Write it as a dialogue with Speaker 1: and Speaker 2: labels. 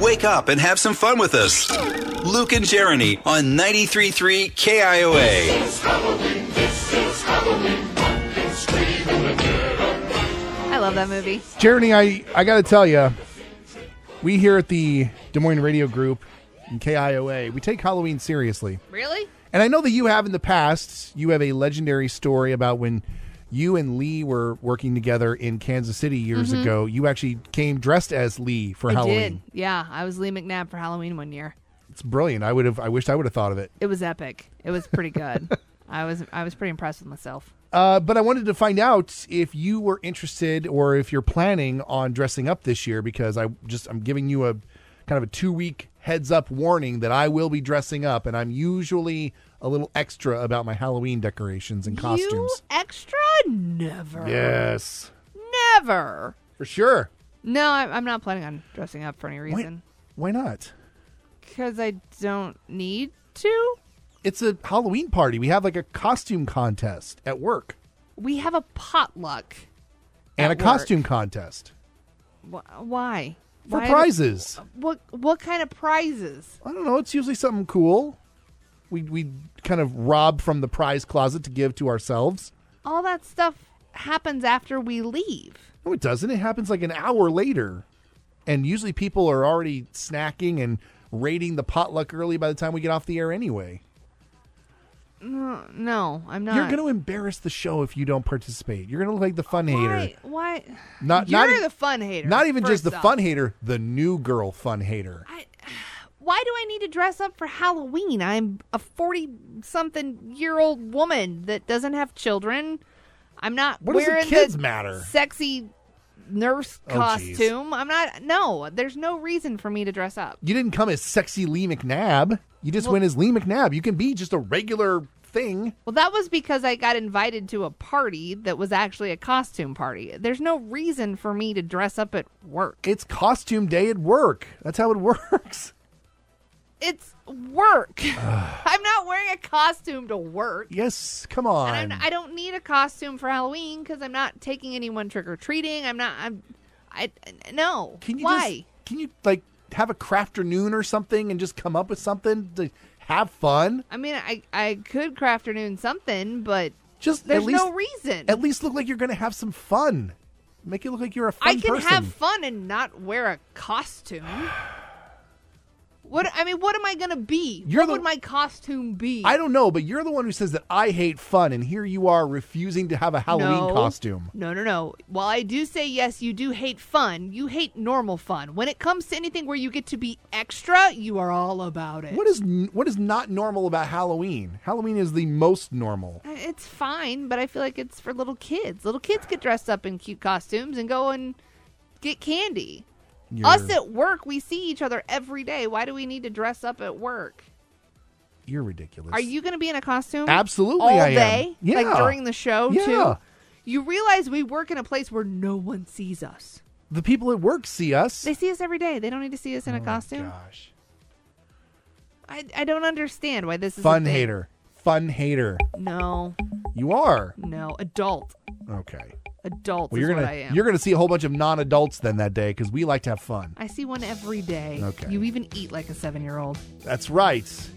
Speaker 1: Wake up and have some fun with us. Luke and Jeremy on 93.3 KIOA.
Speaker 2: I love that movie.
Speaker 3: Jeremy, I, I got to tell you, we here at the Des Moines Radio Group and KIOA, we take Halloween seriously.
Speaker 2: Really?
Speaker 3: And I know that you have in the past, you have a legendary story about when you and Lee were working together in Kansas City years ago. You actually came dressed as Lee for Halloween.
Speaker 2: Mm-hmm. I did. Yeah, I was Lee McNabb for Halloween one year.
Speaker 3: It's brilliant. I would have I wished I would have thought of it.
Speaker 2: It was epic. It was pretty good. I was I was pretty impressed with myself.
Speaker 3: Uh, but I wanted to find out if you were interested or if you're planning on dressing up this year because I just I'm giving you a kind of a two week heads up warning that I will be dressing up and I'm usually a little extra about my Halloween decorations and
Speaker 2: You
Speaker 3: costumes.
Speaker 2: extra? Never.
Speaker 3: Yes,
Speaker 2: Never.
Speaker 3: for sure.
Speaker 2: No, I'm, I'm not planning on dressing up for any
Speaker 3: Why,
Speaker 2: reason
Speaker 3: why not?
Speaker 2: because I don't need to.
Speaker 3: It's a Halloween party. We have like a costume contest at work
Speaker 2: We have a potluck.
Speaker 3: and a
Speaker 2: At work.
Speaker 3: costume contest
Speaker 2: Wh- why?
Speaker 3: for
Speaker 2: Why-
Speaker 3: prizes.
Speaker 2: What what kind of prizes?
Speaker 3: I don't know. It's usually something cool. We we kind of rob from the prize closet to give to ourselves.
Speaker 2: All that stuff happens after we leave.
Speaker 3: No, it doesn't. It happens like an hour later, and usually people are already snacking and raiding the potluck early by the time we get off the air. Anyway,
Speaker 2: No, I'm not.
Speaker 3: you're going to embarrass the show if you don't participate. You're going to look like the fun hater.
Speaker 2: Why? why-
Speaker 3: Not
Speaker 2: You're
Speaker 3: not e-
Speaker 2: the fun hater.
Speaker 3: Not even just
Speaker 2: first
Speaker 3: the
Speaker 2: off.
Speaker 3: fun hater, the new girl fun hater.
Speaker 2: I, why do I need to dress up for Halloween? I'm a 40 something year old woman that doesn't have children. I'm not
Speaker 3: What does the
Speaker 2: wearing
Speaker 3: kids
Speaker 2: the
Speaker 3: matter?
Speaker 2: sexy nurse
Speaker 3: Oh, jeez.
Speaker 2: costume. I'm not. No, there's no reason for me to dress up.
Speaker 3: You didn't come as sexy Lee McNabb. You just went as Lee McNabb. You can be just a regular thing.
Speaker 2: Well, that was because I got invited to a party that was actually a costume party. There's no reason for me to dress up at work.
Speaker 3: It's costume day at work. That's how it works.
Speaker 2: It's work. I'm not wearing a costume to work.
Speaker 3: Yes, come on.
Speaker 2: And I'm, I don't need a costume for Halloween because I'm not taking anyone trick or treating. I'm not. I'm. I no.
Speaker 3: Can you
Speaker 2: Why?
Speaker 3: just can you like have a crafternoon or something and just come up with something to have fun?
Speaker 2: I mean, I I could craft or noon something, but
Speaker 3: Just
Speaker 2: there's
Speaker 3: at least
Speaker 2: no reason.
Speaker 3: at least look like you're gonna have some fun. Make it look like you're a fun
Speaker 2: I can
Speaker 3: person.
Speaker 2: have fun and not wear a costume. What I mean, what am I gonna be?
Speaker 3: You're
Speaker 2: what
Speaker 3: the-
Speaker 2: would my costume be?
Speaker 3: I don't know, but you're the one who says that I hate fun, and here you are refusing to have a Halloween
Speaker 2: no.
Speaker 3: costume.
Speaker 2: No, no, no. While I do say yes, you do hate fun. You hate normal fun. When it comes to anything where you get to be extra, you are all about it.
Speaker 3: What is n- what is not normal about Halloween? Halloween is the most normal.
Speaker 2: It's fine, but I feel like it's for little kids. Little kids get dressed up in cute costumes and go and get candy.
Speaker 3: You're,
Speaker 2: Us at work, we see each other every day. Why do we need to dress up at work?
Speaker 3: you're ridiculous.
Speaker 2: Are you going to be in a costume?
Speaker 3: Absolutely
Speaker 2: all
Speaker 3: I am.
Speaker 2: day,
Speaker 3: Yeah.
Speaker 2: like during the show
Speaker 3: Yeah.
Speaker 2: too. You realize we work in a place where no one sees us.
Speaker 3: the people at work see us?
Speaker 2: They see us every day. They don't need to see
Speaker 3: Oh
Speaker 2: us in a costume.
Speaker 3: Gosh,
Speaker 2: I, I don't understand why this is a
Speaker 3: fun
Speaker 2: thing.
Speaker 3: hater, fun hater.
Speaker 2: No,
Speaker 3: You are
Speaker 2: no, adult,
Speaker 3: okay.
Speaker 2: adult
Speaker 3: Well,
Speaker 2: is
Speaker 3: you're
Speaker 2: what I
Speaker 3: gonna
Speaker 2: am.
Speaker 3: you're gonna see a whole bunch of non-adults then that day because we like to have fun.
Speaker 2: I see one every day.
Speaker 3: Okay.
Speaker 2: You even eat like a seven year old.
Speaker 3: That's right.